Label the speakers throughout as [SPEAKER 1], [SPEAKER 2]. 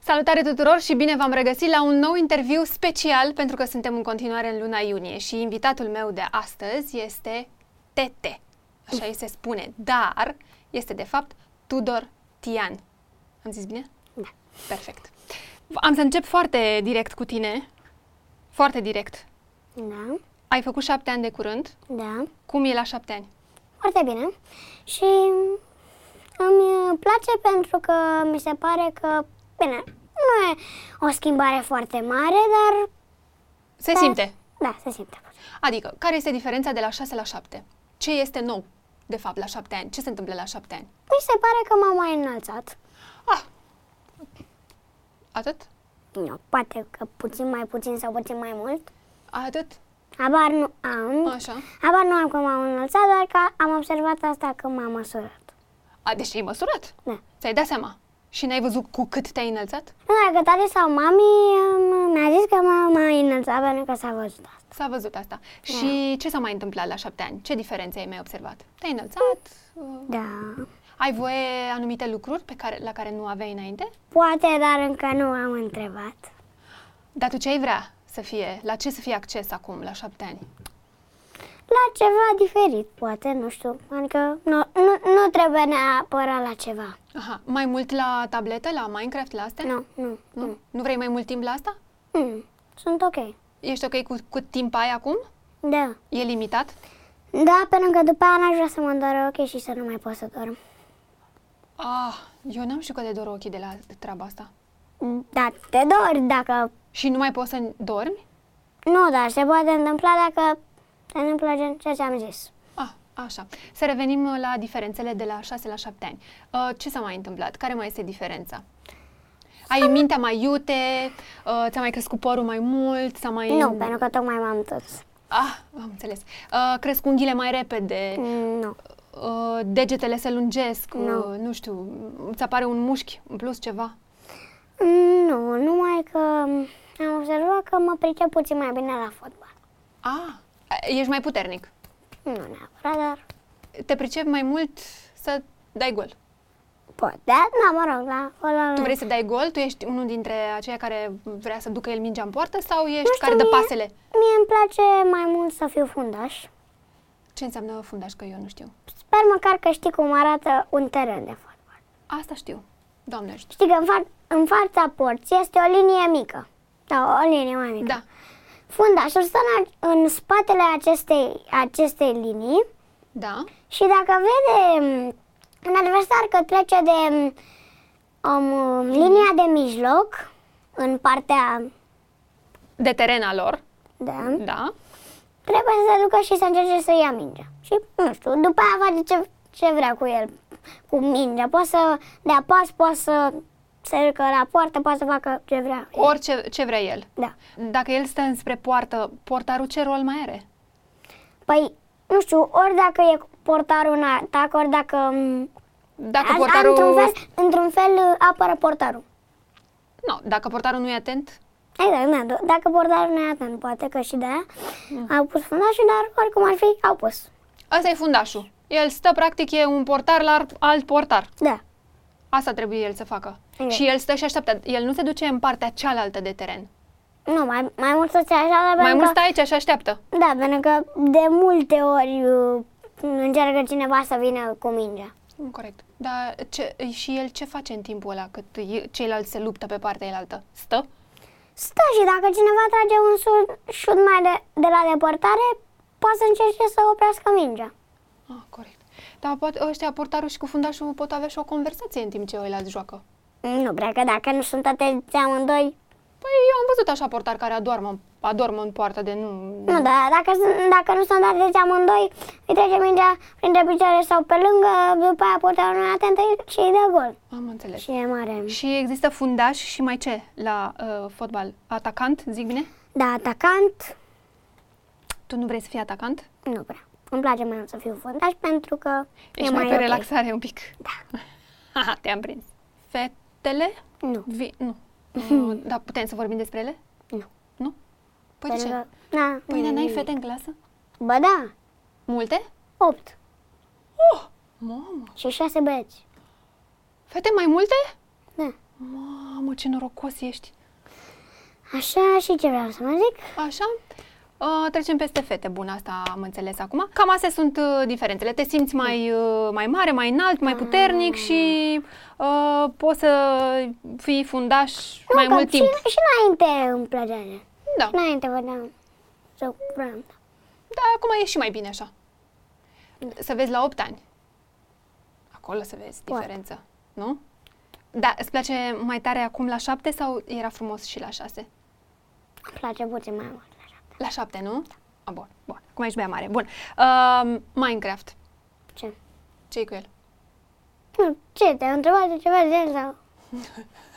[SPEAKER 1] Salutare tuturor și bine v-am regăsit la un nou interviu special pentru că suntem în continuare în luna iunie și invitatul meu de astăzi este Tete. Așa îi se spune, dar este de fapt Tudor Tian. Am zis bine? Da. Perfect. Am să încep foarte direct cu tine. Foarte direct.
[SPEAKER 2] Da,
[SPEAKER 1] Ai făcut șapte ani de curând.
[SPEAKER 2] da,
[SPEAKER 1] Cum e la șapte ani?
[SPEAKER 2] foarte bine. Și îmi place pentru că mi se pare că, bine, nu e o schimbare foarte mare, dar
[SPEAKER 1] Se simte.
[SPEAKER 2] da, se simte.
[SPEAKER 1] Adică, care este diferența de la 6 la 7? Ce este nou, de fapt, la 7 ani? Ce se întâmplă la 7 ani?
[SPEAKER 2] Mi se pare că m-am mai înălțat.
[SPEAKER 1] Ah! Atât?
[SPEAKER 2] Nu, poate că puțin mai puțin sau puțin mai mult.
[SPEAKER 1] Atât?
[SPEAKER 2] Abar nu am.
[SPEAKER 1] Așa.
[SPEAKER 2] Abar nu am că m-am înălțat, doar că am observat asta că m-am măsurat.
[SPEAKER 1] A, deci ai măsurat?
[SPEAKER 2] Da.
[SPEAKER 1] Ți-ai dat seama? Și n-ai văzut cu cât te-ai înălțat?
[SPEAKER 2] Doar că tare sau mami um, mi-a zis că m-am mai înălțat pentru că s-a văzut asta.
[SPEAKER 1] S-a văzut asta. Și ce s-a mai întâmplat la șapte ani? Ce diferențe ai mai observat? Te-ai înălțat? Uh,
[SPEAKER 2] Da.
[SPEAKER 1] Ai voie anumite lucruri pe care, la care nu aveai înainte?
[SPEAKER 2] Poate, dar încă nu am întrebat.
[SPEAKER 1] Dar tu ce ai vrea să fie? La ce să fie acces acum, la șapte ani?
[SPEAKER 2] La ceva diferit, poate, nu știu. Adică nu, nu, nu trebuie neapărat la ceva.
[SPEAKER 1] Aha, mai mult la tabletă, la Minecraft, la astea?
[SPEAKER 2] Nu, nu.
[SPEAKER 1] Nu, nu vrei mai mult timp la asta?
[SPEAKER 2] Mm, sunt ok.
[SPEAKER 1] Ești ok cu cât timp ai acum?
[SPEAKER 2] Da.
[SPEAKER 1] E limitat?
[SPEAKER 2] Da, pentru că după aia n-aș vrea să mă doar ok și să nu mai pot să dorm.
[SPEAKER 1] Ah, eu n-am știut că te dor ochii de la treaba asta.
[SPEAKER 2] Da, te dor dacă...
[SPEAKER 1] Și nu mai poți să dormi?
[SPEAKER 2] Nu, dar se poate întâmpla dacă se întâmplă gen ceea ce am zis.
[SPEAKER 1] Ah, așa. Să revenim uh, la diferențele de la 6 la 7 ani. Uh, ce s-a mai întâmplat? Care mai este diferența? Ai mintea mai iute? Uh, ți-a mai crescut părul mai mult? S-a mai...
[SPEAKER 2] Nu, pentru că tocmai m-am tăs.
[SPEAKER 1] Ah, am înțeles. Uh, cresc unghiile mai repede?
[SPEAKER 2] Nu.
[SPEAKER 1] Uh, degetele se lungesc?
[SPEAKER 2] Nu.
[SPEAKER 1] Uh, nu știu, ți apare un mușchi în plus ceva?
[SPEAKER 2] Nu, numai că am observat că mă pricep puțin mai bine la fotbal.
[SPEAKER 1] Ah, ești mai puternic.
[SPEAKER 2] Nu neapărat, dar
[SPEAKER 1] Te pricep mai mult să dai gol.
[SPEAKER 2] Pot, da, da, mă rog, la, la,
[SPEAKER 1] Tu vrei să dai gol? Tu ești unul dintre aceia care vrea să ducă el mingea în poartă sau ești
[SPEAKER 2] știu,
[SPEAKER 1] care dă
[SPEAKER 2] mie-
[SPEAKER 1] pasele?
[SPEAKER 2] Mie îmi place mai mult să fiu fundaș.
[SPEAKER 1] Ce înseamnă fundaș, că eu nu știu.
[SPEAKER 2] Sper măcar că știi cum arată un teren de fotbal.
[SPEAKER 1] Asta știu. Doamne ajută.
[SPEAKER 2] Știi că în, fa- în fața porții este o linie mică. Da, o linie mai mică.
[SPEAKER 1] Da,
[SPEAKER 2] Fundașul stă în, a- în spatele acestei, acestei linii
[SPEAKER 1] da.
[SPEAKER 2] și dacă vede m, un adversar că trece de m, um, linia de mijloc în partea...
[SPEAKER 1] De teren al lor,
[SPEAKER 2] Da.
[SPEAKER 1] da.
[SPEAKER 2] trebuie să se ducă și să încerce să ia mingea. Și, nu știu, după aia face ce, ce vrea cu el, cu mingea. Poate să dea pas, poate să se ducă la poartă, poate să facă ce vrea.
[SPEAKER 1] Orice ce vrea el.
[SPEAKER 2] Da.
[SPEAKER 1] Dacă el stă înspre poartă, portarul ce rol mai are?
[SPEAKER 2] Păi, nu știu, ori dacă e portarul în atac, ori dacă... m,
[SPEAKER 1] Dacă
[SPEAKER 2] a-
[SPEAKER 1] portarul...
[SPEAKER 2] Într-un fel, într-un fel apără portarul.
[SPEAKER 1] Nu, dacă portarul nu e atent,
[SPEAKER 2] Exact, da, d- dacă portarul nu e atent, poate că și de aia
[SPEAKER 1] Da.
[SPEAKER 2] au pus fundașul, dar oricum ar fi, au pus.
[SPEAKER 1] ăsta e fundașul. El stă, practic, e un portar la alt portar.
[SPEAKER 2] Da.
[SPEAKER 1] Asta trebuie el să facă.
[SPEAKER 2] Da.
[SPEAKER 1] Și el stă și așteaptă. El nu se duce în partea cealaltă de teren.
[SPEAKER 2] Nu, mai, mai mult să se așa,
[SPEAKER 1] Mai
[SPEAKER 2] dar pentru
[SPEAKER 1] mult stă
[SPEAKER 2] că-
[SPEAKER 1] aici și așteaptă.
[SPEAKER 2] Da, pentru că de multe ori uh, încearcă cineva să vină cu mingea.
[SPEAKER 1] Mm, Corect. Dar ce, și el ce face în timpul ăla cât e- ceilalți se luptă pe partea elaltă? Stă?
[SPEAKER 2] Stă și dacă cineva trage un sur- șut mai de, de la depărtare, poate să încerce să oprească mingea.
[SPEAKER 1] Ah, corect. Dar poate ăștia, portarul și cu fundașul pot avea și o conversație în timp ce ăilalți joacă.
[SPEAKER 2] Nu prea, că dacă nu sunt atenți amândoi...
[SPEAKER 1] Păi eu am văzut așa portar care adormă, adormă în poartă de nu...
[SPEAKER 2] Nu, dar dacă, sunt- dacă nu sunt atenți amândoi, îi trece mingea printre picioare sau pe lângă, după aia portarul nu e atent și îi dă gol.
[SPEAKER 1] Am înțeles.
[SPEAKER 2] Și e mare.
[SPEAKER 1] Și există fundaș și mai ce la uh, fotbal? Atacant, zic bine?
[SPEAKER 2] Da, atacant,
[SPEAKER 1] Tu nu vrei să fii atacant?
[SPEAKER 2] nu prea. Îmi place mai mult să fiu fundaș pentru că
[SPEAKER 1] Ești
[SPEAKER 2] e
[SPEAKER 1] mai,
[SPEAKER 2] mai
[SPEAKER 1] pe
[SPEAKER 2] ok.
[SPEAKER 1] relaxare un pic.
[SPEAKER 2] Da.
[SPEAKER 1] Haha, te-am prins. Fetele?
[SPEAKER 2] Nu.
[SPEAKER 1] Vi... Nu. Uh, dar putem să vorbim despre ele?
[SPEAKER 2] Nu.
[SPEAKER 1] Nu? Păi de
[SPEAKER 2] Pentru
[SPEAKER 1] ce?
[SPEAKER 2] că- Na,
[SPEAKER 1] Păi,
[SPEAKER 2] nu,
[SPEAKER 1] dar n-ai
[SPEAKER 2] nu.
[SPEAKER 1] fete în clasă?
[SPEAKER 2] Ba da,
[SPEAKER 1] Multe?
[SPEAKER 2] 8
[SPEAKER 1] Mamă!
[SPEAKER 2] și 6 băieți.
[SPEAKER 1] Fete mai multe?
[SPEAKER 2] Da.
[SPEAKER 1] Mamă, ce norocos ești!
[SPEAKER 2] Așa și ce vreau să mă zic?
[SPEAKER 1] Așa? Uh, trecem peste fete, bun, asta am înțeles acum. Cam astea sunt uh, diferențele. Te simți mai, uh, mai mare, mai înalt, mai puternic și uh, poți să fii fundaș mai
[SPEAKER 2] că
[SPEAKER 1] mult
[SPEAKER 2] și,
[SPEAKER 1] timp.
[SPEAKER 2] și înainte îmi plăcea. de-
[SPEAKER 1] Da.
[SPEAKER 2] Și înainte vedeam să vreau.
[SPEAKER 1] Dar acum e și mai bine așa. Să vezi la 8 ani. Acolo să vezi
[SPEAKER 2] Opt.
[SPEAKER 1] diferența, nu? Da, îți place mai tare acum la 7 sau era frumos și la 6?
[SPEAKER 2] Îmi place puțin mai mult. așa.
[SPEAKER 1] La 7, nu? A, bun, bun. Acum ești bea mare. Bun. Uh, Minecraft.
[SPEAKER 2] Ce?
[SPEAKER 1] ce cu el?
[SPEAKER 2] Nu, ce, te-ai întrebat de ceva de el sau?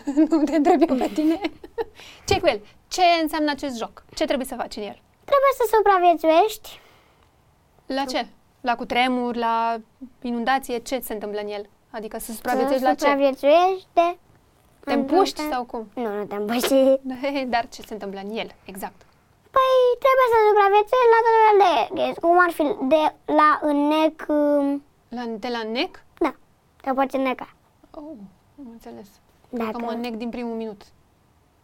[SPEAKER 1] nu te întreb eu pe tine. ce cu el? Ce înseamnă acest joc? Ce trebuie să faci în el?
[SPEAKER 2] Trebuie să supraviețuiești.
[SPEAKER 1] La ce? La cutremur, la inundație? Ce se întâmplă în el? Adică să supraviețuiești
[SPEAKER 2] să
[SPEAKER 1] la ce?
[SPEAKER 2] supraviețuiești de...
[SPEAKER 1] Te împuști sau cum?
[SPEAKER 2] Nu, nu te împuști.
[SPEAKER 1] Dar ce se întâmplă în el? Exact.
[SPEAKER 2] Păi trebuie să supraviețuiești la tot felul de chestii, cum ar fi de la înnec, um,
[SPEAKER 1] La, de la nec?
[SPEAKER 2] da, te poți înneca.
[SPEAKER 1] Oh, am înțeles. Că
[SPEAKER 2] Dacă,
[SPEAKER 1] mă nec din primul minut.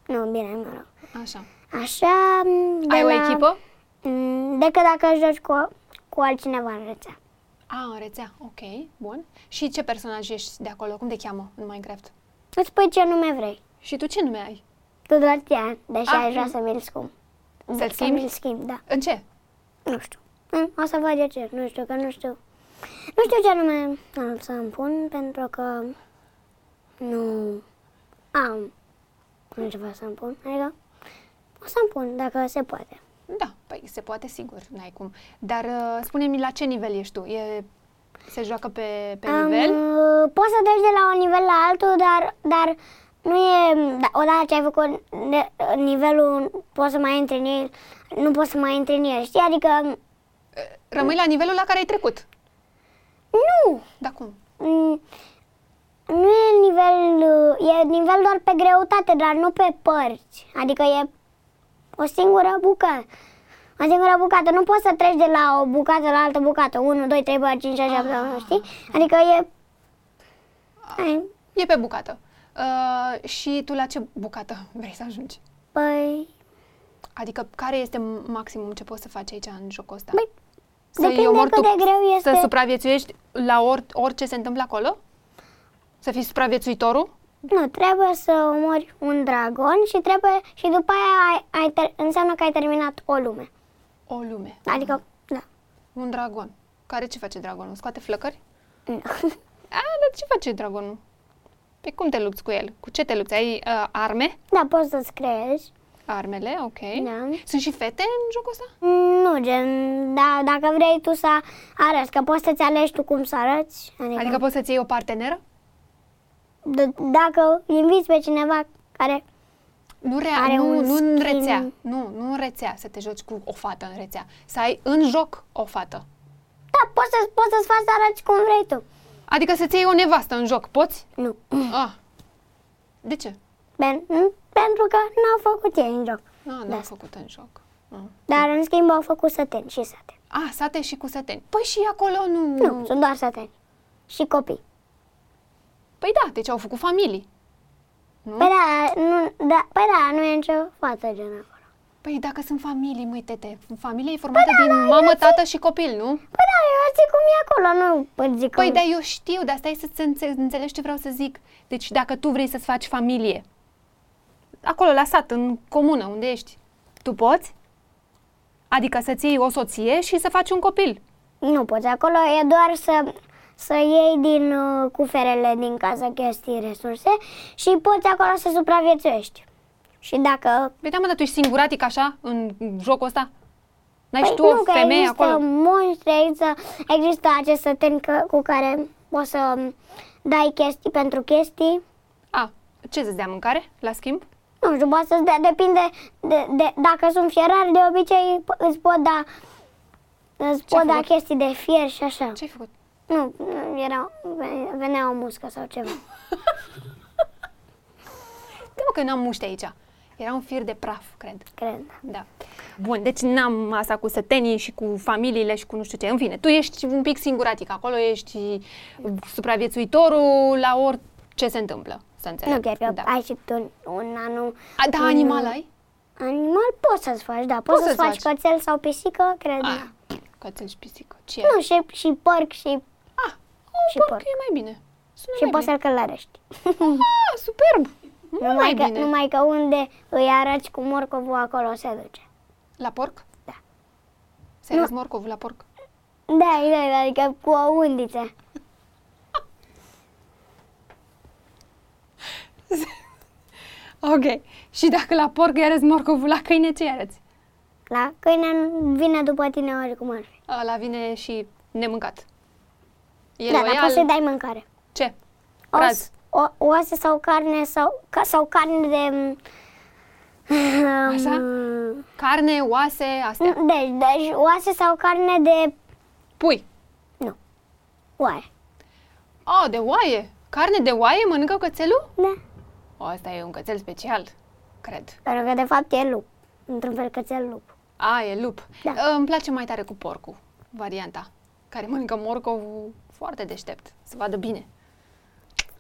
[SPEAKER 2] nu, bine, mă rog.
[SPEAKER 1] Așa.
[SPEAKER 2] Așa, mm, de
[SPEAKER 1] Ai
[SPEAKER 2] la,
[SPEAKER 1] o echipă?
[SPEAKER 2] mm, Decât dacă joci cu, cu altcineva în rețea.
[SPEAKER 1] A, Ah, în rețea. Ok, bun. Și ce personaj ești de acolo? Cum te cheamă în Minecraft?
[SPEAKER 2] Îți pui ce nume vrei.
[SPEAKER 1] Și tu ce nume ai?
[SPEAKER 2] Tu doar ți deși
[SPEAKER 1] Ah,
[SPEAKER 2] ai vrea
[SPEAKER 1] mm.
[SPEAKER 2] să mi-l scump.
[SPEAKER 1] Să-l
[SPEAKER 2] Să
[SPEAKER 1] schimbi?
[SPEAKER 2] mi-l schimb, da.
[SPEAKER 1] În ce?
[SPEAKER 2] Nu știu. Mm, O să văd eu ce, nu știu, că nu știu. Nu știu ce nume am să-mi pun, pentru că nu am ceva să-mi pun. Adică o să-mi pun, dacă se poate.
[SPEAKER 1] Da, păi se poate sigur, n-ai cum. Dar uh, spune-mi la ce nivel ești tu? E, se joacă pe, pe
[SPEAKER 2] Am,
[SPEAKER 1] nivel?
[SPEAKER 2] uh, poți să treci de la un nivel la altul, dar, dar nu e... Da, odată ce ai făcut ne- nivelul, poți să mai intri în el, nu poți să mai intri în el, știi? Adică
[SPEAKER 1] Rămâi la nivelul la care ai trecut.
[SPEAKER 2] nu!
[SPEAKER 1] Da cum?
[SPEAKER 2] Mm, Nu e nivel, uh, e nivel doar pe greutate, dar nu pe părți. Adică e o singură bucată. O singură bucată. Nu poți să treci de la o bucată la altă bucată. 1, 2, 3, 4, 5, 6,
[SPEAKER 1] Ah.
[SPEAKER 2] 7, 8, știi? Adică e... Ai,
[SPEAKER 1] E pe bucată. Uh, și tu la ce bucată vrei să ajungi?
[SPEAKER 2] Păi...
[SPEAKER 1] Adică care este maximum ce poți să faci aici în jocul ăsta?
[SPEAKER 2] Băi,
[SPEAKER 1] Să-i
[SPEAKER 2] Păi, depinde
[SPEAKER 1] omori
[SPEAKER 2] cât de greu
[SPEAKER 1] Să
[SPEAKER 2] este.
[SPEAKER 1] supraviețuiești la or, orice se întâmplă acolo? Să fii supraviețuitorul?
[SPEAKER 2] Nu, trebuie să omori un dragon și trebuie și după aia ai, ai ter- înseamnă că ai terminat o lume.
[SPEAKER 1] O lume.
[SPEAKER 2] Adică, da.
[SPEAKER 1] Un dragon. Care ce face dragonul? Scoate flăcări?
[SPEAKER 2] Nu.
[SPEAKER 1] A, dar ce face dragonul? Pe cum te lupți cu el? Cu ce te lupți? Ai uh, arme?
[SPEAKER 2] Da, poți să-ți creezi.
[SPEAKER 1] Armele, ok.
[SPEAKER 2] Da.
[SPEAKER 1] Sunt și fete în jocul ăsta?
[SPEAKER 2] Nu, gen, da, dacă vrei tu să arăți, că poți să-ți alegi tu cum să arăți. Adică,
[SPEAKER 1] Adică poți să-ți iei o parteneră?
[SPEAKER 2] d- dacă inviți pe cineva care...
[SPEAKER 1] Nu, rea,
[SPEAKER 2] Are
[SPEAKER 1] nu,
[SPEAKER 2] un
[SPEAKER 1] nu în
[SPEAKER 2] skin.
[SPEAKER 1] rețea. Nu, nu în rețea să te joci cu o fată în rețea. Să ai în joc o fată.
[SPEAKER 2] Da, poți, să, poți să-ți faci să arăți cum vrei tu.
[SPEAKER 1] Adică să-ți iei o nevastă în joc. Poți?
[SPEAKER 2] Nu.
[SPEAKER 1] Ah. De ce? Ah,
[SPEAKER 2] Ben, n- pentru că n-au făcut ei în joc.
[SPEAKER 1] Ah,
[SPEAKER 2] Da.
[SPEAKER 1] n-am făcut în joc. Mm.
[SPEAKER 2] Dar, în schimb, au făcut săteni și sateni.
[SPEAKER 1] Ah, sate și cu sateni. Păi și acolo nu...
[SPEAKER 2] Nu, sunt doar sateni. Și copii.
[SPEAKER 1] Păi da, deci au făcut familii.
[SPEAKER 2] Păi da, nu, da, păi da, nu e nicio fată gen acolo.
[SPEAKER 1] Păi dacă sunt familii, măi, tete, familia e formată
[SPEAKER 2] da,
[SPEAKER 1] din mamă, tată și copil, nu?
[SPEAKER 2] Păi da, eu zic cum e acolo, nu îți zic
[SPEAKER 1] Păi,
[SPEAKER 2] cum
[SPEAKER 1] dar eu știu, dar stai să-ți înțe- înțelegi ce vreau să zic. Deci dacă tu vrei să-ți faci familie, acolo la sat, în comună, unde ești, tu poți? Adică să-ți iei o soție și să faci un copil.
[SPEAKER 2] Nu poți, acolo e doar să, să iei din uh, cuferele din casă chestii, resurse și poți acolo să supraviețuiești. Și dacă...
[SPEAKER 1] Păi da, mă, dar tu ești singuratic așa, în jocul ăsta? N-ai și tu
[SPEAKER 2] păi nu,
[SPEAKER 1] o
[SPEAKER 2] că
[SPEAKER 1] femeie
[SPEAKER 2] există
[SPEAKER 1] acolo?
[SPEAKER 2] monștri, există, există acest săten că, cu care poți să um, dai chestii pentru chestii.
[SPEAKER 1] A, ce să-ți dea mâncare, la schimb?
[SPEAKER 2] Nu știu, poate să depinde de, de, dacă sunt fierari, de obicei p- îți pot da, îți
[SPEAKER 1] Ce-ai
[SPEAKER 2] pot da
[SPEAKER 1] făcut?
[SPEAKER 2] chestii de fier și așa.
[SPEAKER 1] Ce-ai făcut?
[SPEAKER 2] Nu, nu, era, venea o muscă sau ceva.
[SPEAKER 1] Da, mă, că eu n-am muște aici. Era un fir de praf, cred.
[SPEAKER 2] Cred.
[SPEAKER 1] Da. Bun, deci n-am asta cu sătenii și cu familiile și cu nu știu ce. În fine, tu ești un pic singuratic acolo, ești supraviețuitorul la orice se întâmplă. să înțeleg.
[SPEAKER 2] Nu chiar că
[SPEAKER 1] da.
[SPEAKER 2] ai și tu un, un anum,
[SPEAKER 1] A, da, animal ai?
[SPEAKER 2] animal, poți să-ți faci, da, poți, să-ți faci, cățel sau pisică, cred.
[SPEAKER 1] Ah, cățel și pisică. Ce?
[SPEAKER 2] Mm. Nu, și, și porc și,
[SPEAKER 1] Ah,
[SPEAKER 2] Și
[SPEAKER 1] un porc
[SPEAKER 2] porc.
[SPEAKER 1] e mai bine. Sună
[SPEAKER 2] și
[SPEAKER 1] mai
[SPEAKER 2] poți
[SPEAKER 1] bine.
[SPEAKER 2] să-l călărești.
[SPEAKER 1] Ah, superb! Mult mai
[SPEAKER 2] numai, că,
[SPEAKER 1] bine.
[SPEAKER 2] numai că unde îi arăți cu morcovul, acolo se duce.
[SPEAKER 1] La porc?
[SPEAKER 2] Da.
[SPEAKER 1] Să-i arăți morcovul la porc?
[SPEAKER 2] Da, da, adică cu o undiță.
[SPEAKER 1] Ok. Și dacă la porc îi arăți morcovul, la câine ce îi arăți?
[SPEAKER 2] La câine nu Da? vine după tine oricum ar fi.
[SPEAKER 1] Ăla vine și nemâncat. E
[SPEAKER 2] Da, dar
[SPEAKER 1] loial?
[SPEAKER 2] poți să-i dai mâncare.
[SPEAKER 1] Ce? Raz.
[SPEAKER 2] Os, o, oase sau carne sau, ca, sau carne de... um,
[SPEAKER 1] Așa? Carne, oase, astea.
[SPEAKER 2] Deci, deci, oase sau carne de
[SPEAKER 1] Pui.
[SPEAKER 2] oaie.
[SPEAKER 1] A, Oh, de oaie. Carne de oaie mănâncă cățelul?
[SPEAKER 2] Da.
[SPEAKER 1] O, asta e un cățel special, cred.
[SPEAKER 2] Pentru că, de fapt, e lup. Într-un fel cățel lup.
[SPEAKER 1] A, e lup.
[SPEAKER 2] Da.
[SPEAKER 1] Îmi place mai tare cu porcul, varianta, care mănâncă morcovul foarte deștept, să vadă bine.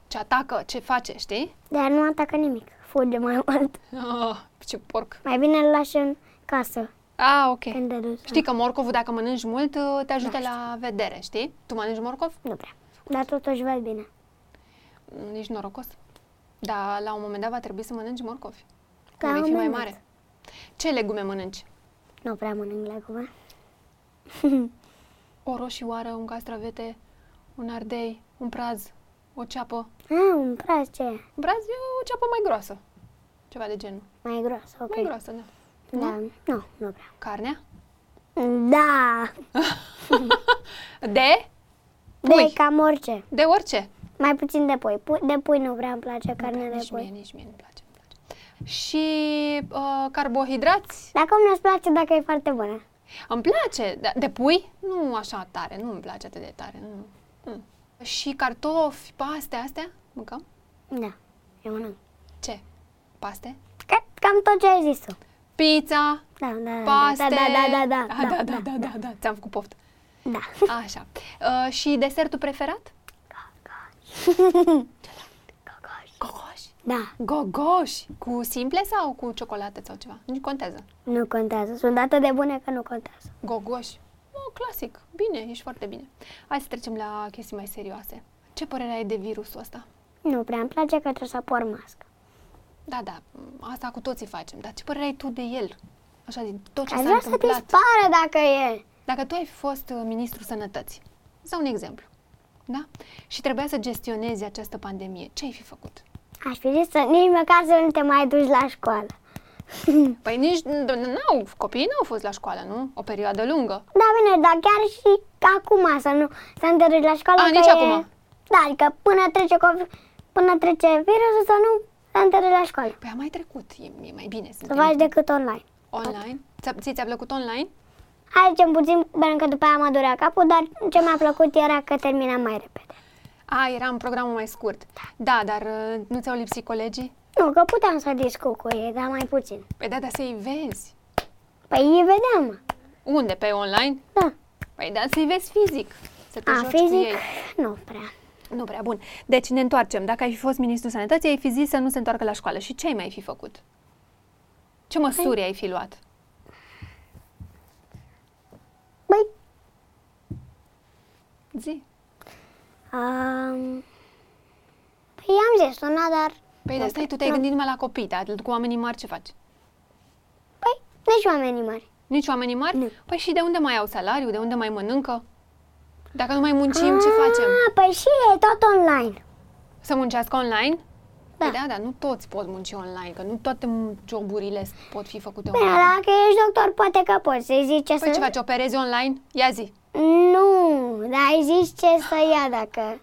[SPEAKER 1] Ce atacă, ce face, știi?
[SPEAKER 2] Dar nu atacă nimic. Fuge mai mult.
[SPEAKER 1] Oh, ce porc.
[SPEAKER 2] Mai bine îl lași în casă
[SPEAKER 1] A, ok.
[SPEAKER 2] când te duci.
[SPEAKER 1] Știi că morcovul, dacă mănânci mult, te
[SPEAKER 2] Da.
[SPEAKER 1] ajută la vedere, știi? Tu mănânci morcov?
[SPEAKER 2] Nu prea. Dar totuși văd bine.
[SPEAKER 1] Mm, Ești norocos. Dar la un moment dat va trebui să mănânci morcovi.
[SPEAKER 2] La
[SPEAKER 1] Când
[SPEAKER 2] un
[SPEAKER 1] vei fi mai
[SPEAKER 2] moment
[SPEAKER 1] mare. Ce legume mănânci?
[SPEAKER 2] Nu prea mănânc legume.
[SPEAKER 1] O roșioară, un castravete, un ardei, un praz, o ceapă.
[SPEAKER 2] Ah, un praz ce e?
[SPEAKER 1] Un praz e o ceapă mai groasă. Ceva de genul.
[SPEAKER 2] Mai gros, ok.
[SPEAKER 1] Mai groasă, da.
[SPEAKER 2] Da, nu, nu prea.
[SPEAKER 1] Carnea?
[SPEAKER 2] Da,
[SPEAKER 1] De?
[SPEAKER 2] de
[SPEAKER 1] Pui.
[SPEAKER 2] cam orice.
[SPEAKER 1] De orice.
[SPEAKER 2] Mai puțin de pui. Pu- de pui nu prea îmi place carne de
[SPEAKER 1] Da, Nici mie,
[SPEAKER 2] pui.
[SPEAKER 1] nici mie nu-mi place. Nu-mi place. Și uh, carbohidrați?
[SPEAKER 2] Dar cum nu-ți place dacă e foarte bună?
[SPEAKER 1] Îmi place. da- De pui? Nu așa tare. Nu îmi place atât de tare. Nu. Mm. Și cartofi, paste, astea? Mâncăm?
[SPEAKER 2] Da, eu mănânc.
[SPEAKER 1] Ce? Paste?
[SPEAKER 2] Ca- Cam tot ce ai zis tu.
[SPEAKER 1] Pizza,
[SPEAKER 2] Da, da, da,
[SPEAKER 1] paste.
[SPEAKER 2] da, da, da, da,
[SPEAKER 1] da,
[SPEAKER 2] da,
[SPEAKER 1] da, da, da, da. Ți-am făcut poftă.
[SPEAKER 2] da.
[SPEAKER 1] Așa. Uh, și desertul preferat?
[SPEAKER 2] Cocoș.
[SPEAKER 1] Gogoș.
[SPEAKER 2] Da,
[SPEAKER 1] Gogoș. Cu simple sau cu ciocolată sau ceva? Nu contează.
[SPEAKER 2] nu contează. Sunt atât de bune că nu contează.
[SPEAKER 1] Gogoș. O, clasic. Bine, ești foarte bine. Hai să trecem la chestii mai serioase. Ce părere ai de virusul ăsta?
[SPEAKER 2] Nu prea îmi place că trebuie să por mască.
[SPEAKER 1] Da, da, m, asta cu toții facem. Dar ce părere ai tu de el? Așa, din tot ce
[SPEAKER 2] Aș
[SPEAKER 1] s-a
[SPEAKER 2] vrea să
[SPEAKER 1] întâmplat.
[SPEAKER 2] dispară dacă e.
[SPEAKER 1] Dacă tu ai fost uh, ministrul sănătății, sau un exemplu, da? Și trebuia să gestionezi această pandemie, ce ai fi făcut?
[SPEAKER 2] Aș fi zis să nici măcar să nu te mai duci la școală.
[SPEAKER 1] Păi nici, n- n-au, copiii n-au fost la școală, nu? O perioadă lungă.
[SPEAKER 2] Da, bine, dar chiar și acum să nu să nu te duci la școală.
[SPEAKER 1] A,
[SPEAKER 2] că
[SPEAKER 1] nici
[SPEAKER 2] e...
[SPEAKER 1] acum.
[SPEAKER 2] Da, adică până trece, COVID, până trece virusul să nu să nu te duci la școală.
[SPEAKER 1] Păi a mai trecut, e, e mai bine.
[SPEAKER 2] Să
[SPEAKER 1] Suntem
[SPEAKER 2] faci decât online.
[SPEAKER 1] online. Ți-a, ți- ți-a plăcut online?
[SPEAKER 2] Hai zicem puțin, pentru că după aia mă durea capul, dar ce mi-a plăcut era că terminam mai repede.
[SPEAKER 1] A, era în programul mai scurt. Da, dar uh, nu ți-au lipsit colegii?
[SPEAKER 2] Nu, că puteam să discut cu ei, dar mai puțin.
[SPEAKER 1] Păi da, dar să-i vezi.
[SPEAKER 2] Păi îi vedeam, mă.
[SPEAKER 1] Unde? Pe online?
[SPEAKER 2] Da.
[SPEAKER 1] Păi da, să-i vezi fizic. Să te
[SPEAKER 2] A,
[SPEAKER 1] joci cu
[SPEAKER 2] fizic,
[SPEAKER 1] ei.
[SPEAKER 2] nu prea.
[SPEAKER 1] Nu prea bun. Deci ne întoarcem. Dacă ai fi fost ministrul sănătății, ai fi zis să nu se întoarcă la școală. Și ce ai mai fi făcut? Ce măsuri ai fi luat?
[SPEAKER 2] Băi,
[SPEAKER 1] Zi.
[SPEAKER 2] um, păi am zis una, dar...
[SPEAKER 1] Păi de stai, tu te-ai
[SPEAKER 2] Nu.
[SPEAKER 1] gândit numai la copii, dar cu oamenii mari ce faci?
[SPEAKER 2] Păi, nici oamenii mari.
[SPEAKER 1] Nici oamenii mari?
[SPEAKER 2] Nu.
[SPEAKER 1] Păi și de unde mai au salariu? De unde mai mănâncă? Dacă nu mai muncim, ce facem?
[SPEAKER 2] Ah, păi și e tot online.
[SPEAKER 1] Să muncească online?
[SPEAKER 2] Da.
[SPEAKER 1] Păi da, dar nu toți pot munci online, că nu toate m- joburile s- pot fi făcute
[SPEAKER 2] Bine,
[SPEAKER 1] online.
[SPEAKER 2] Păi, dacă ești doctor, poate că poți să-i zici
[SPEAKER 1] Păi
[SPEAKER 2] ce să...
[SPEAKER 1] ce faci, operezi online? Ia zi.
[SPEAKER 2] Nu, dar îi zici ce să ia dacă...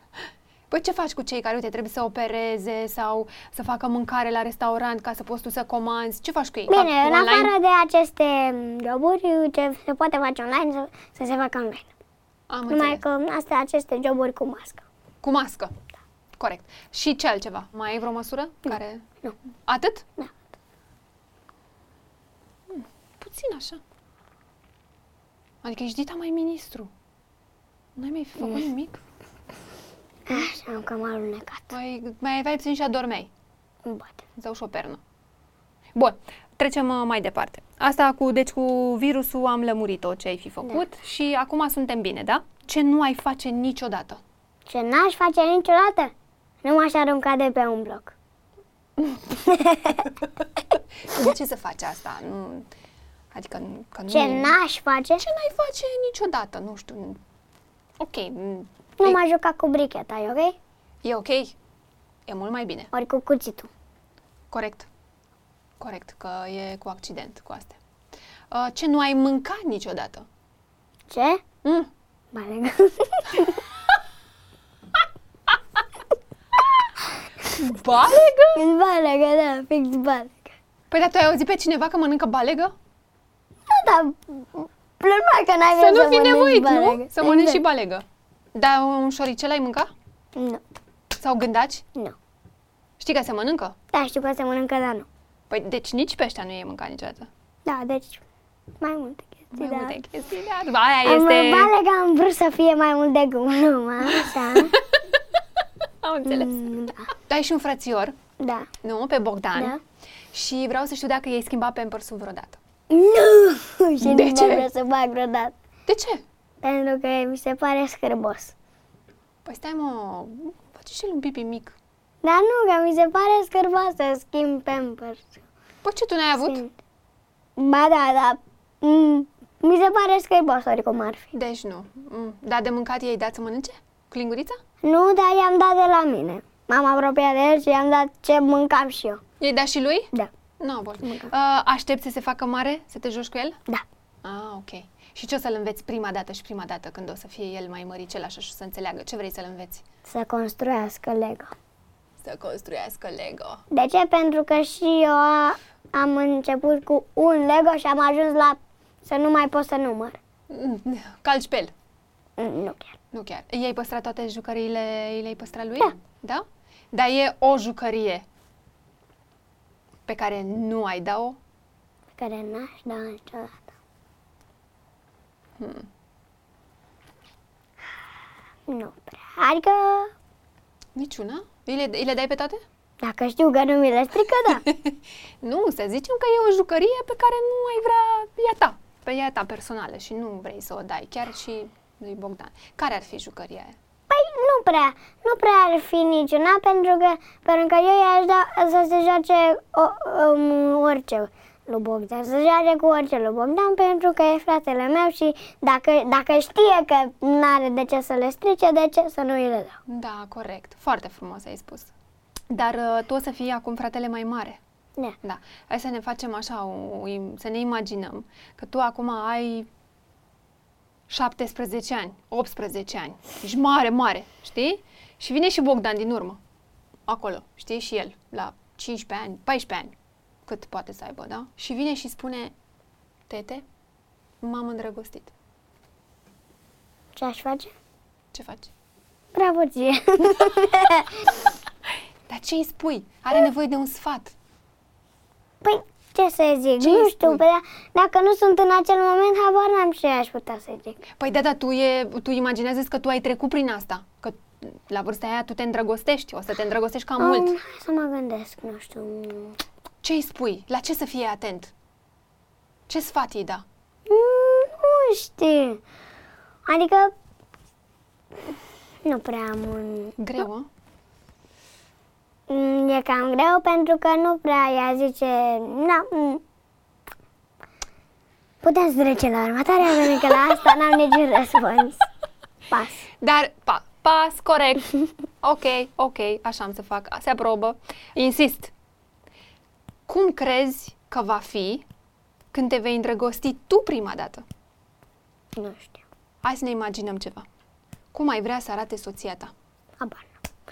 [SPEAKER 1] Păi ce faci cu cei care, uite, trebuie să opereze sau să facă mâncare la restaurant ca să poți tu să comanzi? Ce faci cu ei? Fac
[SPEAKER 2] Bine, în
[SPEAKER 1] online?
[SPEAKER 2] afară de aceste m, joburi, ce se poate face online, să, să se facă online.
[SPEAKER 1] Am
[SPEAKER 2] Numai
[SPEAKER 1] înțeles.
[SPEAKER 2] că astea, aceste joburi cu mască.
[SPEAKER 1] Cu mască. Corect. Și ce altceva? Mai ai vreo măsură? Care...
[SPEAKER 2] Nu.
[SPEAKER 1] Atât?
[SPEAKER 2] Da.
[SPEAKER 1] Mm, Puțin așa. Adică ești dita mai ministru. Nu ai mai făcut nimic?
[SPEAKER 2] Așa, am cam alunecat.
[SPEAKER 1] Mai, Păi mai aveai puțin și adormeai.
[SPEAKER 2] Îmi bate.
[SPEAKER 1] Îți dau și o pernă. Bun, trecem uh, mai departe. Asta cu, deci cu virusul am lămurit-o ce ai fi făcut da. și acum suntem bine, da? Ce nu ai face niciodată?
[SPEAKER 2] Ce n-aș face niciodată? Nu m-aș arunca de pe un bloc.
[SPEAKER 1] De ce să faci asta? Nu, adică nu- că nu...
[SPEAKER 2] Ce n-aș face?
[SPEAKER 1] ce n-ai face niciodată? Nu știu. Ok, mm,
[SPEAKER 2] Nu m-aș juca cu bricheta, e ok?
[SPEAKER 1] e ok? E mult mai bine.
[SPEAKER 2] Ori cu cuțitul.
[SPEAKER 1] Corect. Corect, că e cu accident cu astea. Uh, ce nu ai mâncat niciodată?
[SPEAKER 2] Ce?
[SPEAKER 1] Mm.
[SPEAKER 2] Balegă.
[SPEAKER 1] Balegă?
[SPEAKER 2] balegă, da, fix balegă.
[SPEAKER 1] Păi dar tu ai auzit pe cineva că mănâncă balegă?
[SPEAKER 2] Da, da, normal că n-ai
[SPEAKER 1] Să
[SPEAKER 2] vrea
[SPEAKER 1] nu fi
[SPEAKER 2] mănânci
[SPEAKER 1] nevoit,
[SPEAKER 2] balegă. Exact.
[SPEAKER 1] nu? Să mănânci și balegă. Dar un șoricel ai mâncat?
[SPEAKER 2] Nu,
[SPEAKER 1] Sau gândaci?
[SPEAKER 2] Exact. nu.
[SPEAKER 1] Știi că se mănâncă?
[SPEAKER 2] Da, știu că se mănâncă, dar nu.
[SPEAKER 1] Păi deci nici pe ăștia nu i-ai mâncat niciodată.
[SPEAKER 2] Da, deci mai multe chestii,
[SPEAKER 1] Mai
[SPEAKER 2] da.
[SPEAKER 1] multe chestii, da. Aia
[SPEAKER 2] Am
[SPEAKER 1] este...
[SPEAKER 2] balegă, am vrut să fie mai mult de glumă, așa.
[SPEAKER 1] Am înțeles.
[SPEAKER 2] Mm, da,
[SPEAKER 1] Tu ai și un frățior,
[SPEAKER 2] da.
[SPEAKER 1] nu? Pe Bogdan.
[SPEAKER 2] Da.
[SPEAKER 1] Și vreau să știu dacă i-ai schimbat pampersul vreodată.
[SPEAKER 2] Nu! Și
[SPEAKER 1] De
[SPEAKER 2] nu
[SPEAKER 1] ce?
[SPEAKER 2] mă vreau să bag vreodată.
[SPEAKER 1] De ce?
[SPEAKER 2] Pentru că mi se pare scârbos.
[SPEAKER 1] Păi stai mă, face și el un pipi mic.
[SPEAKER 2] Dar nu, că mi se pare scârbos să schimb pampers.
[SPEAKER 1] Păi ce, tu n-ai avut?
[SPEAKER 2] Ba da, da. Mm, mi se pare scârbos, oricum ar fi.
[SPEAKER 1] Deci nu. Mm. Dar de mâncat i-ai dat să mănânce? Cu lingurița?
[SPEAKER 2] Nu, dar i-am dat de la mine. M-am apropiat de el și i-am dat ce mâncam și eu.
[SPEAKER 1] I-ai dat și lui?
[SPEAKER 2] Da,
[SPEAKER 1] Nu, bun. Uh, aștept să se facă mare? Să te joci cu el?
[SPEAKER 2] da.
[SPEAKER 1] Ah, ok. Și ce o să-l înveți prima dată și prima dată când o să fie el mai măricel așa și o să înțeleagă? Ce vrei să-l înveți?
[SPEAKER 2] Să construiască Lego.
[SPEAKER 1] Să construiască Lego.
[SPEAKER 2] De ce? Pentru că și eu a- am început cu un Lego și am ajuns la să nu mai pot să număr.
[SPEAKER 1] Mm, Calci pe el.
[SPEAKER 2] Mm, Nu chiar.
[SPEAKER 1] Nu chiar. I-ai păstrat toate jucăriile, i le-ai păstrat lui?
[SPEAKER 2] Da.
[SPEAKER 1] Da? Dar e o jucărie pe care nu ai da-o?
[SPEAKER 2] Pe Care n-aș da niciodată. Hmm. Nu prea. Adică,
[SPEAKER 1] Niciuna? I le, i le dai pe toate?
[SPEAKER 2] dacă știu că nu mi le strică, da.
[SPEAKER 1] Nu, să zicem că e o jucărie pe care nu ai vrea, e a ta, pe ea ta personală și nu vrei să o dai, chiar și lui Bogdan. Care ar fi jucăria aia?
[SPEAKER 2] Păi nu prea, nu prea ar fi niciuna, pentru că, pentru că eu i-aș da să se joace o, um, orice lui Bogdan, să se joace cu orice lui Bogdan, pentru că e fratele meu și dacă, dacă știe că nu are de ce să le strice, de ce să nu îi le dau.
[SPEAKER 1] Da, corect. Foarte frumos ai spus. Dar uh, tu o să fii acum fratele mai mare.
[SPEAKER 2] Da.
[SPEAKER 1] Da. Hai să ne facem așa, o, o im- să ne imaginăm că tu acum ai 17 ani, 18 ani, ești mare, mare, știi? Și vine și Bogdan din urmă, acolo, știi? Și el, la 15 ani, 14 ani, cât poate să aibă, da? Și vine și spune, tete, m-am îndrăgostit.
[SPEAKER 2] Ce aș face?
[SPEAKER 1] Ce faci?
[SPEAKER 2] Bravo ție!
[SPEAKER 1] Dar ce îi spui? Are nevoie de un sfat.
[SPEAKER 2] Păi, ce să zic?
[SPEAKER 1] Ce
[SPEAKER 2] nu
[SPEAKER 1] îi
[SPEAKER 2] știu,
[SPEAKER 1] spui?
[SPEAKER 2] păi, dacă nu sunt în acel moment, habar n-am ce aș putea să zic.
[SPEAKER 1] Păi da, da, tu, e, tu imaginează că tu ai trecut prin asta, că la vârsta aia tu te îndrăgostești, o să te îndrăgostești cam
[SPEAKER 2] Um,
[SPEAKER 1] mult.
[SPEAKER 2] hai să mă gândesc, nu știu.
[SPEAKER 1] Ce îi spui? La ce să fie atent? Ce sfat îi da?
[SPEAKER 2] Mm, Nu știu. Adică nu prea am un...
[SPEAKER 1] Greu, a?
[SPEAKER 2] Mm, E cam greu pentru că nu prea ea zice... Na, mm. Putem să trecem la următoarea, pentru că la asta n-am niciun răspuns. Pas.
[SPEAKER 1] Dar, pa, pas, corect. Ok, ok, așa am să fac, se aprobă. Insist. Cum crezi că va fi când te vei îndrăgosti tu prima dată?
[SPEAKER 2] Nu știu.
[SPEAKER 1] Hai să ne imaginăm ceva. Cum ai vrea să arate soția ta?
[SPEAKER 2] Habar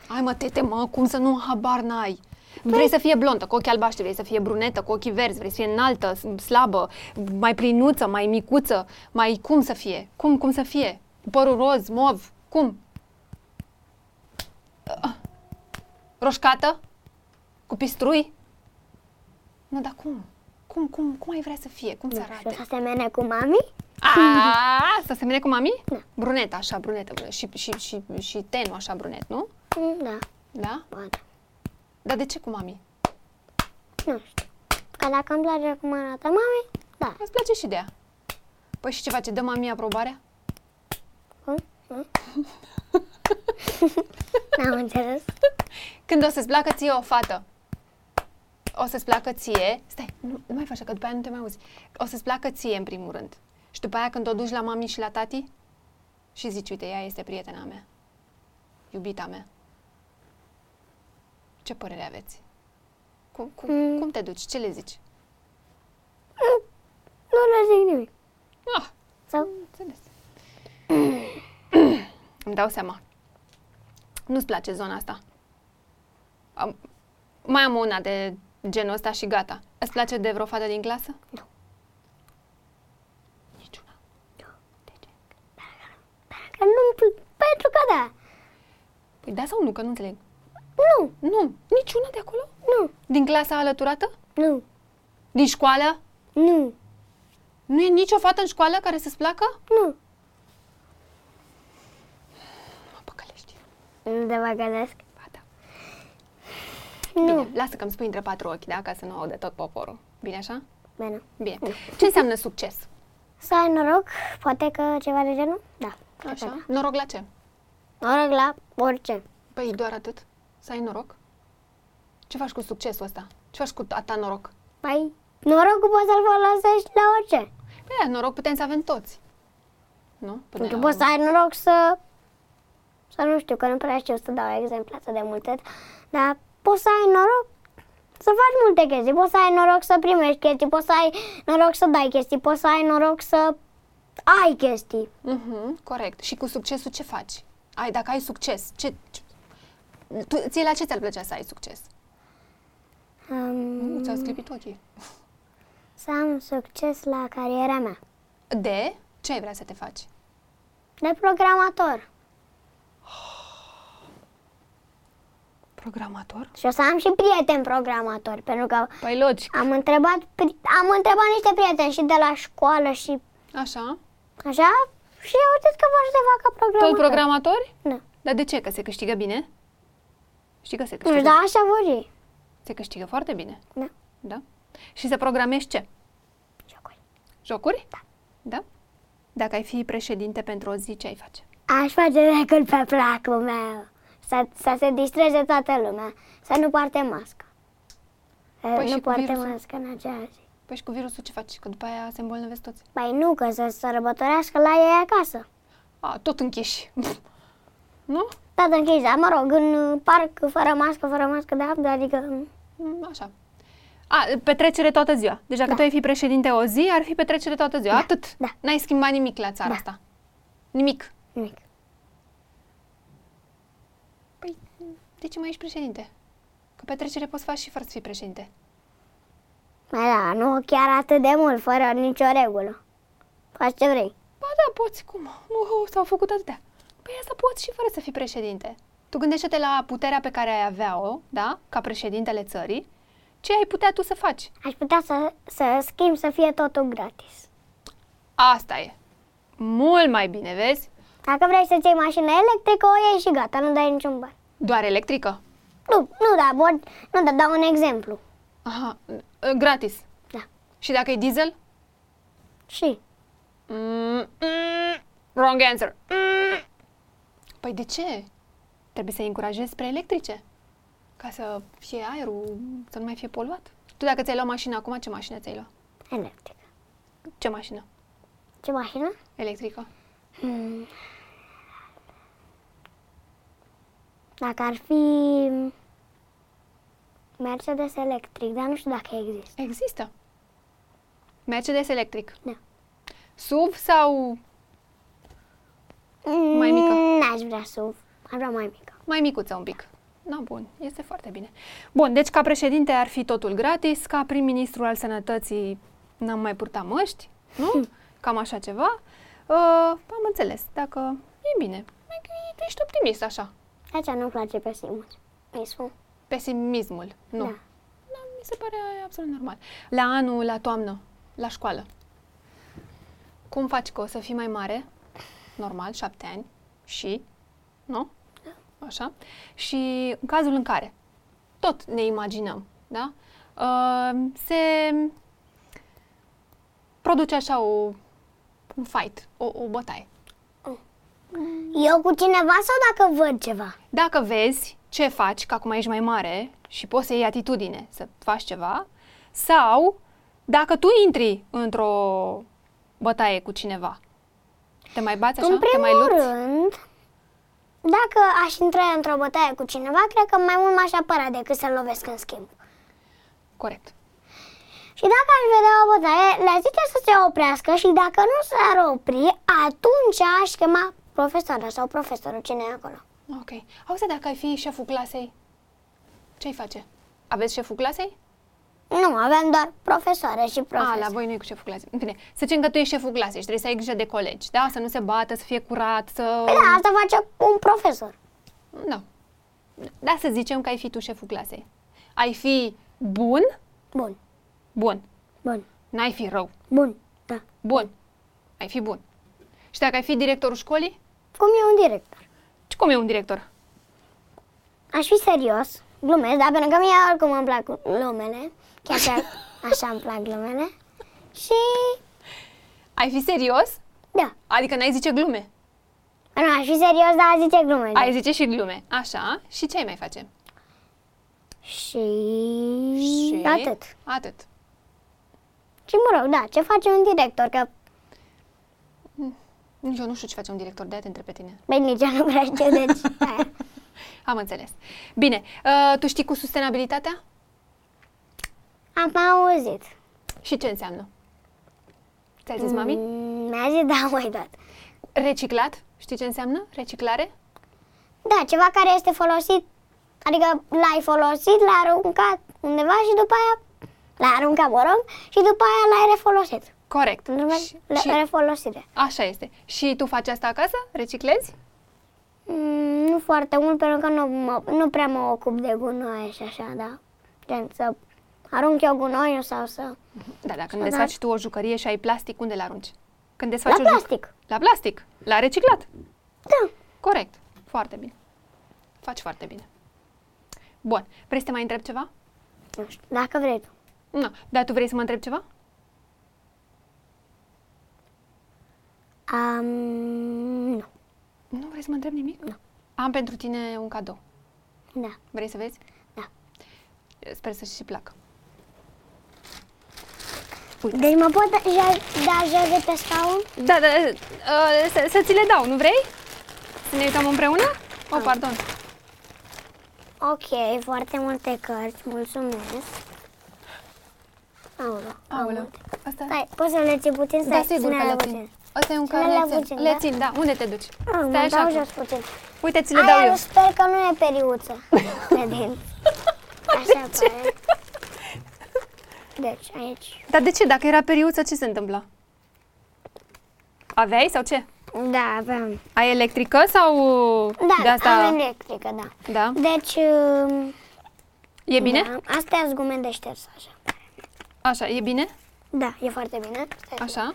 [SPEAKER 2] n-am.
[SPEAKER 1] Ai mă, tete, mă, cum să nu habar n-ai? Vrei să fie blondă, cu ochii albaștri, vrei să fie brunetă, cu ochii verzi, vrei să fie înaltă, s- slabă, mai plinuță, mai micuță, mai cum să fie? Cum, cum să fie? Cu Părul roz, mov, cum? Ah. Roșcată? Cu pistrui? Nu, dar cum? Cum, cum, cum ai vrea să fie? Cum să
[SPEAKER 2] Nu știu,
[SPEAKER 1] arate?
[SPEAKER 2] să se mene cu mami?
[SPEAKER 1] A, Asta se mine cu mami? Da. Brunetă, așa, brunetă. brunetă. Și, și, și, și tenul, așa, brunet, nu?
[SPEAKER 2] Mm, Da,
[SPEAKER 1] Da?
[SPEAKER 2] poate.
[SPEAKER 1] Dar de ce cu mami?
[SPEAKER 2] Nu știu. Că dacă îmi place cum arată mami, da.
[SPEAKER 1] Îți place și de ea. Păi și ce face? Dă mami aprobarea?
[SPEAKER 2] Cum? Mm? N-am înțeles.
[SPEAKER 1] Când o să-ți placă ție o fată, o să-ți placă ție, stai, nu, nu mai faci așa, că după aia nu te mai auzi, o să-ți placă ție în primul rând. Și după aia când o duci la mami și la tati și zici, uite, ea este prietena mea, iubita mea. Ce părere aveți? Cum, cum, mm. cum te duci? Ce le zici?
[SPEAKER 2] Nu le zic nimic.
[SPEAKER 1] Ah,
[SPEAKER 2] Sau
[SPEAKER 1] Înțeles. Îmi dau seama. Nu-ți place zona asta. Am, mai am una de genul ăsta și gata. Îți place de vreo fată din clasă? Nu. Niciuna. De ce?
[SPEAKER 2] că nu pentru că da.
[SPEAKER 1] Păi da sau nu, că nu înțeleg.
[SPEAKER 2] Nu,
[SPEAKER 1] Nu. Niciuna de acolo?
[SPEAKER 2] nu,
[SPEAKER 1] Din clasa alăturată?
[SPEAKER 2] nu,
[SPEAKER 1] Din școală?
[SPEAKER 2] nu,
[SPEAKER 1] Nu e nicio fată în școală care să-ți placă?
[SPEAKER 2] nu.
[SPEAKER 1] Mă păcălești.
[SPEAKER 2] Nu te mai gândesc.
[SPEAKER 1] Ba da.
[SPEAKER 2] Nu.
[SPEAKER 1] Bine, lasă că îmi spui între patru ochi, da? Ca să nu audă tot poporul. Bine așa?
[SPEAKER 2] Bine.
[SPEAKER 1] Bine. Ce înseamnă succes?
[SPEAKER 2] Să ai noroc, poate că ceva de genul? Da. cred că
[SPEAKER 1] Așa. Noroc la ce?
[SPEAKER 2] da. Noroc la orice.
[SPEAKER 1] Păi doar atât? Să ai noroc? Ce faci cu succesul ăsta? Ce faci cu a ta noroc?
[SPEAKER 2] Păi, norocul poți să-l folosești la orice.
[SPEAKER 1] Păi da, noroc putem să avem toți. Nu? Până
[SPEAKER 2] Tu
[SPEAKER 1] la
[SPEAKER 2] poți să
[SPEAKER 1] urmă.
[SPEAKER 2] ai noroc să... Să nu știu, că nu prea știu să dau exemple atât de multe, dar poți să ai noroc să faci multe chestii. Poți să ai noroc să primești chestii, poți să ai noroc să dai chestii, poți să ai noroc să ai chestii.
[SPEAKER 1] Mhm, corect. Și cu succesul ce faci? Ai, dacă ai succes, ce... ce... Tu, ție la ce ți-ar plăcea să ai succes?
[SPEAKER 2] Um,
[SPEAKER 1] Mm. Ți-au sclipit ochii.
[SPEAKER 2] să am succes la cariera mea.
[SPEAKER 1] De? Ce ai vrea să te faci?
[SPEAKER 2] De programator.
[SPEAKER 1] Programator?
[SPEAKER 2] Și o să am și prieteni programatori, pentru că
[SPEAKER 1] Păi logic.
[SPEAKER 2] am întrebat, pri- am întrebat niște prieteni și de la școală și
[SPEAKER 1] Așa?
[SPEAKER 2] așa și eu cred că vor să facă programator.
[SPEAKER 1] Tot programatori?
[SPEAKER 2] Da.
[SPEAKER 1] Dar de ce? Că se câștigă bine? Știi că se
[SPEAKER 2] Nu
[SPEAKER 1] câștigă?
[SPEAKER 2] știu, dar așa vor ei.
[SPEAKER 1] Se câștigă foarte bine,
[SPEAKER 2] Da.
[SPEAKER 1] da? Și să programezi ce?
[SPEAKER 2] Jocuri.
[SPEAKER 1] Jocuri? Da. Da? Dacă ai fi președinte pentru o zi, ce ai face?
[SPEAKER 2] Aș face reguli pe placul meu. Să, să se distreze toată lumea. Să nu poarte mască.
[SPEAKER 1] Păi
[SPEAKER 2] Păi
[SPEAKER 1] și
[SPEAKER 2] nu
[SPEAKER 1] cu
[SPEAKER 2] poarte
[SPEAKER 1] virusul?
[SPEAKER 2] mască în acea zi.
[SPEAKER 1] Păi și cu virusul ce faci? Că după aia se îmbolnăvesc toți.
[SPEAKER 2] Păi nu, că să se sărbătorească la ei acasă.
[SPEAKER 1] A, tot închiși. nu?
[SPEAKER 2] Tot închis, dar mă rog, în uh, parc, fără mască, fără mască, da, dar adică... mm,
[SPEAKER 1] Mm, Așa. A, petrecere toată ziua. Deci dacă da. tu ai fi președinte o zi, ar fi petrecere toată ziua. Da. Atât.
[SPEAKER 2] Da.
[SPEAKER 1] N-ai schimbat nimic la țara
[SPEAKER 2] Da.
[SPEAKER 1] asta. Nimic.
[SPEAKER 2] Nimic.
[SPEAKER 1] Păi, de ce mai ești președinte? Că petrecere poți face și fără să fii președinte.
[SPEAKER 2] Mai da, nu chiar atât de mult, fără nicio regulă. Faci ce vrei.
[SPEAKER 1] Ba da, poți, cum? Nu, s-au făcut atâtea. Păi asta poți și fără să fii președinte. Tu gândește-te la puterea pe care ai avea-o, da, ca președintele țării, ce ai putea tu să faci.
[SPEAKER 2] Aș putea să, să schimb să fie totul gratis.
[SPEAKER 1] Asta e. Mult mai bine, vezi?
[SPEAKER 2] Dacă vrei să-ți iei mașină electrică, o iei și gata, nu dai niciun ban.
[SPEAKER 1] Doar electrică.
[SPEAKER 2] Nu, nu da, bun, nu da, dau un exemplu.
[SPEAKER 1] Aha, n- gratis.
[SPEAKER 2] Da.
[SPEAKER 1] Și dacă e diesel?
[SPEAKER 2] Și
[SPEAKER 1] Mm, mm, wrong answer. Mm. Păi de ce? Trebuie să-i încurajezi spre electrice. Ca să fie aerul, să nu mai fie poluat. Tu dacă ți-ai luat mașina acum, ce mașină ți-ai luat?
[SPEAKER 2] electrică.
[SPEAKER 1] Ce mașină?
[SPEAKER 2] Ce mașină?
[SPEAKER 1] Electrică.
[SPEAKER 2] Hmm. Dacă ar fi Mercedes electric, dar nu știu dacă există.
[SPEAKER 1] Există. Mercedes electric.
[SPEAKER 2] Da.
[SPEAKER 1] SUV sau Mai mică.
[SPEAKER 2] Mm, N-aș vrea SUV, aș vrea mai mică.
[SPEAKER 1] mai micuță un pic? Na, bun, este foarte bine. Bun, deci ca președinte ar fi totul gratis, ca prim-ministru al sănătății n-am mai purtat măști,
[SPEAKER 2] Hmm.
[SPEAKER 1] nu? Cam așa ceva. Uh, am înțeles, dacă e bine. E că e- Tu ești optimist așa.
[SPEAKER 2] De aceea nu-mi place pesimul. Pesimul.
[SPEAKER 1] Pesimismul, Păi nu.
[SPEAKER 2] Da.
[SPEAKER 1] Da. mi se pare absolut normal. La anul, la toamnă, la școală. Cum faci că o să fii mai mare? Normal, șapte ani. Și? Nu? Așa. Și în cazul în care tot ne imaginăm, da? Uh, se produce așa o, un fight, o, o bătaie.
[SPEAKER 2] Eu cu cineva sau dacă văd ceva?
[SPEAKER 1] Dacă vezi ce faci, că acum ești mai mare și poți să iei atitudine să faci ceva, sau dacă tu intri într-o bătaie cu cineva, te mai bați așa?
[SPEAKER 2] În
[SPEAKER 1] te mai
[SPEAKER 2] primul
[SPEAKER 1] lupți?
[SPEAKER 2] rând, dacă aș intra într-o bătaie cu cineva, cred că mai mult m-aș apăra decât să-l lovesc în schimb.
[SPEAKER 1] Corect.
[SPEAKER 2] Și dacă aș vedea o bătaie, le-aș zice să se oprească și dacă nu s-ar opri, atunci aș chema profesoara sau profesorul, cine e acolo.
[SPEAKER 1] Ok. Auzi, dacă ai fi șeful clasei, ce-ai face? Aveți șeful clasei?
[SPEAKER 2] Nu, avem doar profesoare și
[SPEAKER 1] A,
[SPEAKER 2] profesor.
[SPEAKER 1] la voi nu e cu șeful clasei. Bine, să zicem că tu ești șeful clasei și trebuie să ai grijă de colegi, da? Să nu se bată, să fie curat, să...
[SPEAKER 2] Păi da, asta face un profesor.
[SPEAKER 1] Da. Da, să zicem că ai fi tu șeful clasei. Ai fi bun,
[SPEAKER 2] Bun,
[SPEAKER 1] bun.
[SPEAKER 2] bun,
[SPEAKER 1] N-ai fi rău.
[SPEAKER 2] bun, da.
[SPEAKER 1] Bun. Ai fi bun. Și dacă ai fi directorul școlii,
[SPEAKER 2] Cum e un director?
[SPEAKER 1] cum e un director?
[SPEAKER 2] Aș fi serios, glumesc, dar pentru că mie oricum îmi plac glumele, chiar că așa îmi plac glumele. Și,
[SPEAKER 1] Ai fi serios?
[SPEAKER 2] da,
[SPEAKER 1] Adică n-ai zice glume.
[SPEAKER 2] nu, aș fi serios, dar zice glumele.
[SPEAKER 1] Ai zice și glume. Așa. Și ce ai mai face?
[SPEAKER 2] Și...
[SPEAKER 1] Și...
[SPEAKER 2] atât.
[SPEAKER 1] Atât.
[SPEAKER 2] Și mă rog, da, ce face un director, că
[SPEAKER 1] Nici eu nu știu ce face un director, de-aia te întreb pe tine.
[SPEAKER 2] Băi, nici eu nu prea știu, deci... aia.
[SPEAKER 1] Am înțeles. Bine, uh, tu știi cu sustenabilitatea?
[SPEAKER 2] Am auzit.
[SPEAKER 1] Și ce înseamnă? Ți-a zis, mami?
[SPEAKER 2] Mm, Mi-a zis, da, am uitat.
[SPEAKER 1] Reciclat? Știi ce înseamnă? Reciclare?
[SPEAKER 2] Da, ceva care este folosit, adică l-ai folosit, l-ai aruncat undeva și după aia l-ai aruncat, mă rog, și după aia l-ai refolosit.
[SPEAKER 1] Corect.
[SPEAKER 2] Într-un
[SPEAKER 1] Și,
[SPEAKER 2] fel,
[SPEAKER 1] și,
[SPEAKER 2] le- Refolosire.
[SPEAKER 1] așa este. Și tu faci asta acasă? Reciclezi?
[SPEAKER 2] Mm, nu foarte mult, pentru că nu, mă, nu prea mă ocup de gunoi și așa, da. Gen, să arunc eu gunoiul sau să...
[SPEAKER 1] Da, dacă
[SPEAKER 2] Da,
[SPEAKER 1] îmi
[SPEAKER 2] da.
[SPEAKER 1] desfaci tu o jucărie și ai plastic, unde l-arunci? Când desfaci
[SPEAKER 2] La
[SPEAKER 1] o juc-
[SPEAKER 2] plastic.
[SPEAKER 1] La plastic. La reciclat.
[SPEAKER 2] Da.
[SPEAKER 1] Corect. Foarte bine. Faci foarte bine. Bun. Vrei să te mai întreb ceva?
[SPEAKER 2] Nu știu, dacă vrei tu.
[SPEAKER 1] Nu. Dar tu vrei să mă întreb ceva?
[SPEAKER 2] Um, nu,
[SPEAKER 1] Nu vrei să mă întreb nimic? Nu. Am pentru tine un cadou.
[SPEAKER 2] da.
[SPEAKER 1] Vrei să vezi?
[SPEAKER 2] Da.
[SPEAKER 1] Sper să-și și placă.
[SPEAKER 2] Deci mă pot da, da jos de pe scaun?
[SPEAKER 1] Da, da, uh, să, să ți le dau, nu vrei? Să ne uităm împreună? Oh, pardon.
[SPEAKER 2] Ok, foarte multe cărți, mulțumesc. Aolo,
[SPEAKER 1] Aoleu. Asta...
[SPEAKER 2] Stai, poți să le ții puțin?
[SPEAKER 1] Da,
[SPEAKER 2] Stai,
[SPEAKER 1] sigur că
[SPEAKER 2] ține-le
[SPEAKER 1] le țin. Asta e un
[SPEAKER 2] Ține-le
[SPEAKER 1] carnețel.
[SPEAKER 2] puțin,
[SPEAKER 1] le
[SPEAKER 2] da?
[SPEAKER 1] țin, da. Unde te duci?
[SPEAKER 2] Ah, mă
[SPEAKER 1] Stai
[SPEAKER 2] dau
[SPEAKER 1] așa.
[SPEAKER 2] jos
[SPEAKER 1] acum.
[SPEAKER 2] puțin.
[SPEAKER 1] Uite, ți le
[SPEAKER 2] Aia
[SPEAKER 1] dau eu.
[SPEAKER 2] nu sper că nu e periuță. Credin. Așa pare. Deci, aici.
[SPEAKER 1] Dar de ce? Dacă era periuță, ce se întâmpla? Aveai sau ce?
[SPEAKER 2] Da, avem.
[SPEAKER 1] Ai electrică sau
[SPEAKER 2] Da,
[SPEAKER 1] de asta?
[SPEAKER 2] avem electrică, da.
[SPEAKER 1] Da?
[SPEAKER 2] Deci, um,
[SPEAKER 1] E bine?
[SPEAKER 2] Da, astea sunt gume de șters, așa.
[SPEAKER 1] Așa, e bine?
[SPEAKER 2] Da, e foarte bine. Stai să-
[SPEAKER 1] Așa?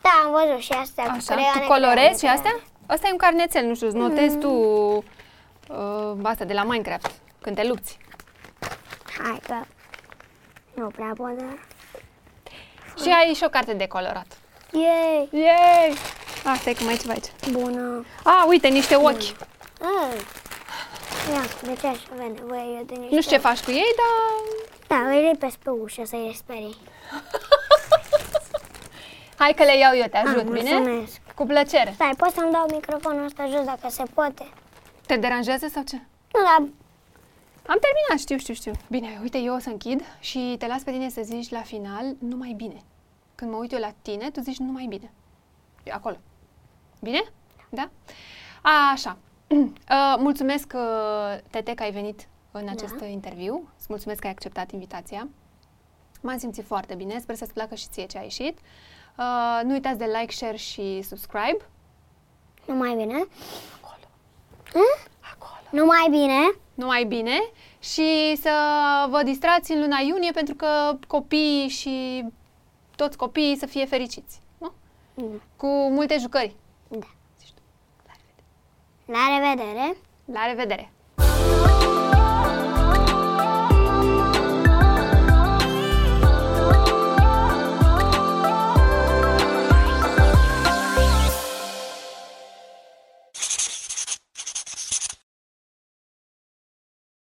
[SPEAKER 2] Da, am văzut și astea cu
[SPEAKER 1] Așa,
[SPEAKER 2] creioane,
[SPEAKER 1] tu colorezi
[SPEAKER 2] creioane,
[SPEAKER 1] și astea? Asta e un carnețel, nu știu, îți notezi tu uh, asta de la Minecraft, când te lupți.
[SPEAKER 2] Hai că nu prea pot, da.
[SPEAKER 1] Și ai și o carte de colorat.
[SPEAKER 2] Yay!
[SPEAKER 1] Yay! Asta e cum ai ceva aici.
[SPEAKER 2] Bună!
[SPEAKER 1] A, uite, niște ochi.
[SPEAKER 2] Ah. Ia, de ce aș avea nevoie eu de niște...
[SPEAKER 1] Nu știu ce faci cu ei, dar...
[SPEAKER 2] Da, îi lipesc pe ușă să-i resperii.
[SPEAKER 1] Hai că le iau eu, te ajut,
[SPEAKER 2] Ah,
[SPEAKER 1] bine?
[SPEAKER 2] Mulțumesc.
[SPEAKER 1] Cu plăcere.
[SPEAKER 2] Stai, poți să-mi dau microfonul ăsta jos dacă se poate?
[SPEAKER 1] Te deranjează sau ce?
[SPEAKER 2] Nu, dar
[SPEAKER 1] Am terminat, știu, știu, știu. Bine, uite, eu o să închid și te las pe tine să zici la final numai bine. Când mă uit eu la tine, tu zici numai bine. Eu acolo. Bine? Da? Așa. Uh, mulțumesc, uh, Tete, că ai venit în acest
[SPEAKER 2] Da.
[SPEAKER 1] interviu. Îți mulțumesc că ai acceptat invitația. M-am simțit foarte bine. Sper să-ți placă și ție ce a ieșit. Uh, nu uitați de like, share și subscribe.
[SPEAKER 2] nu mai bine.
[SPEAKER 1] Acolo.
[SPEAKER 2] Hm?
[SPEAKER 1] Acolo.
[SPEAKER 2] Nu mai bine.
[SPEAKER 1] numai bine și să vă distrați în luna iunie pentru că copiii și toți copiii să fie fericiți. Nu?
[SPEAKER 2] Mm.
[SPEAKER 1] Cu multe jucări.
[SPEAKER 2] Da.
[SPEAKER 1] Zici tu. La revedere.
[SPEAKER 2] La revedere!
[SPEAKER 1] La revedere!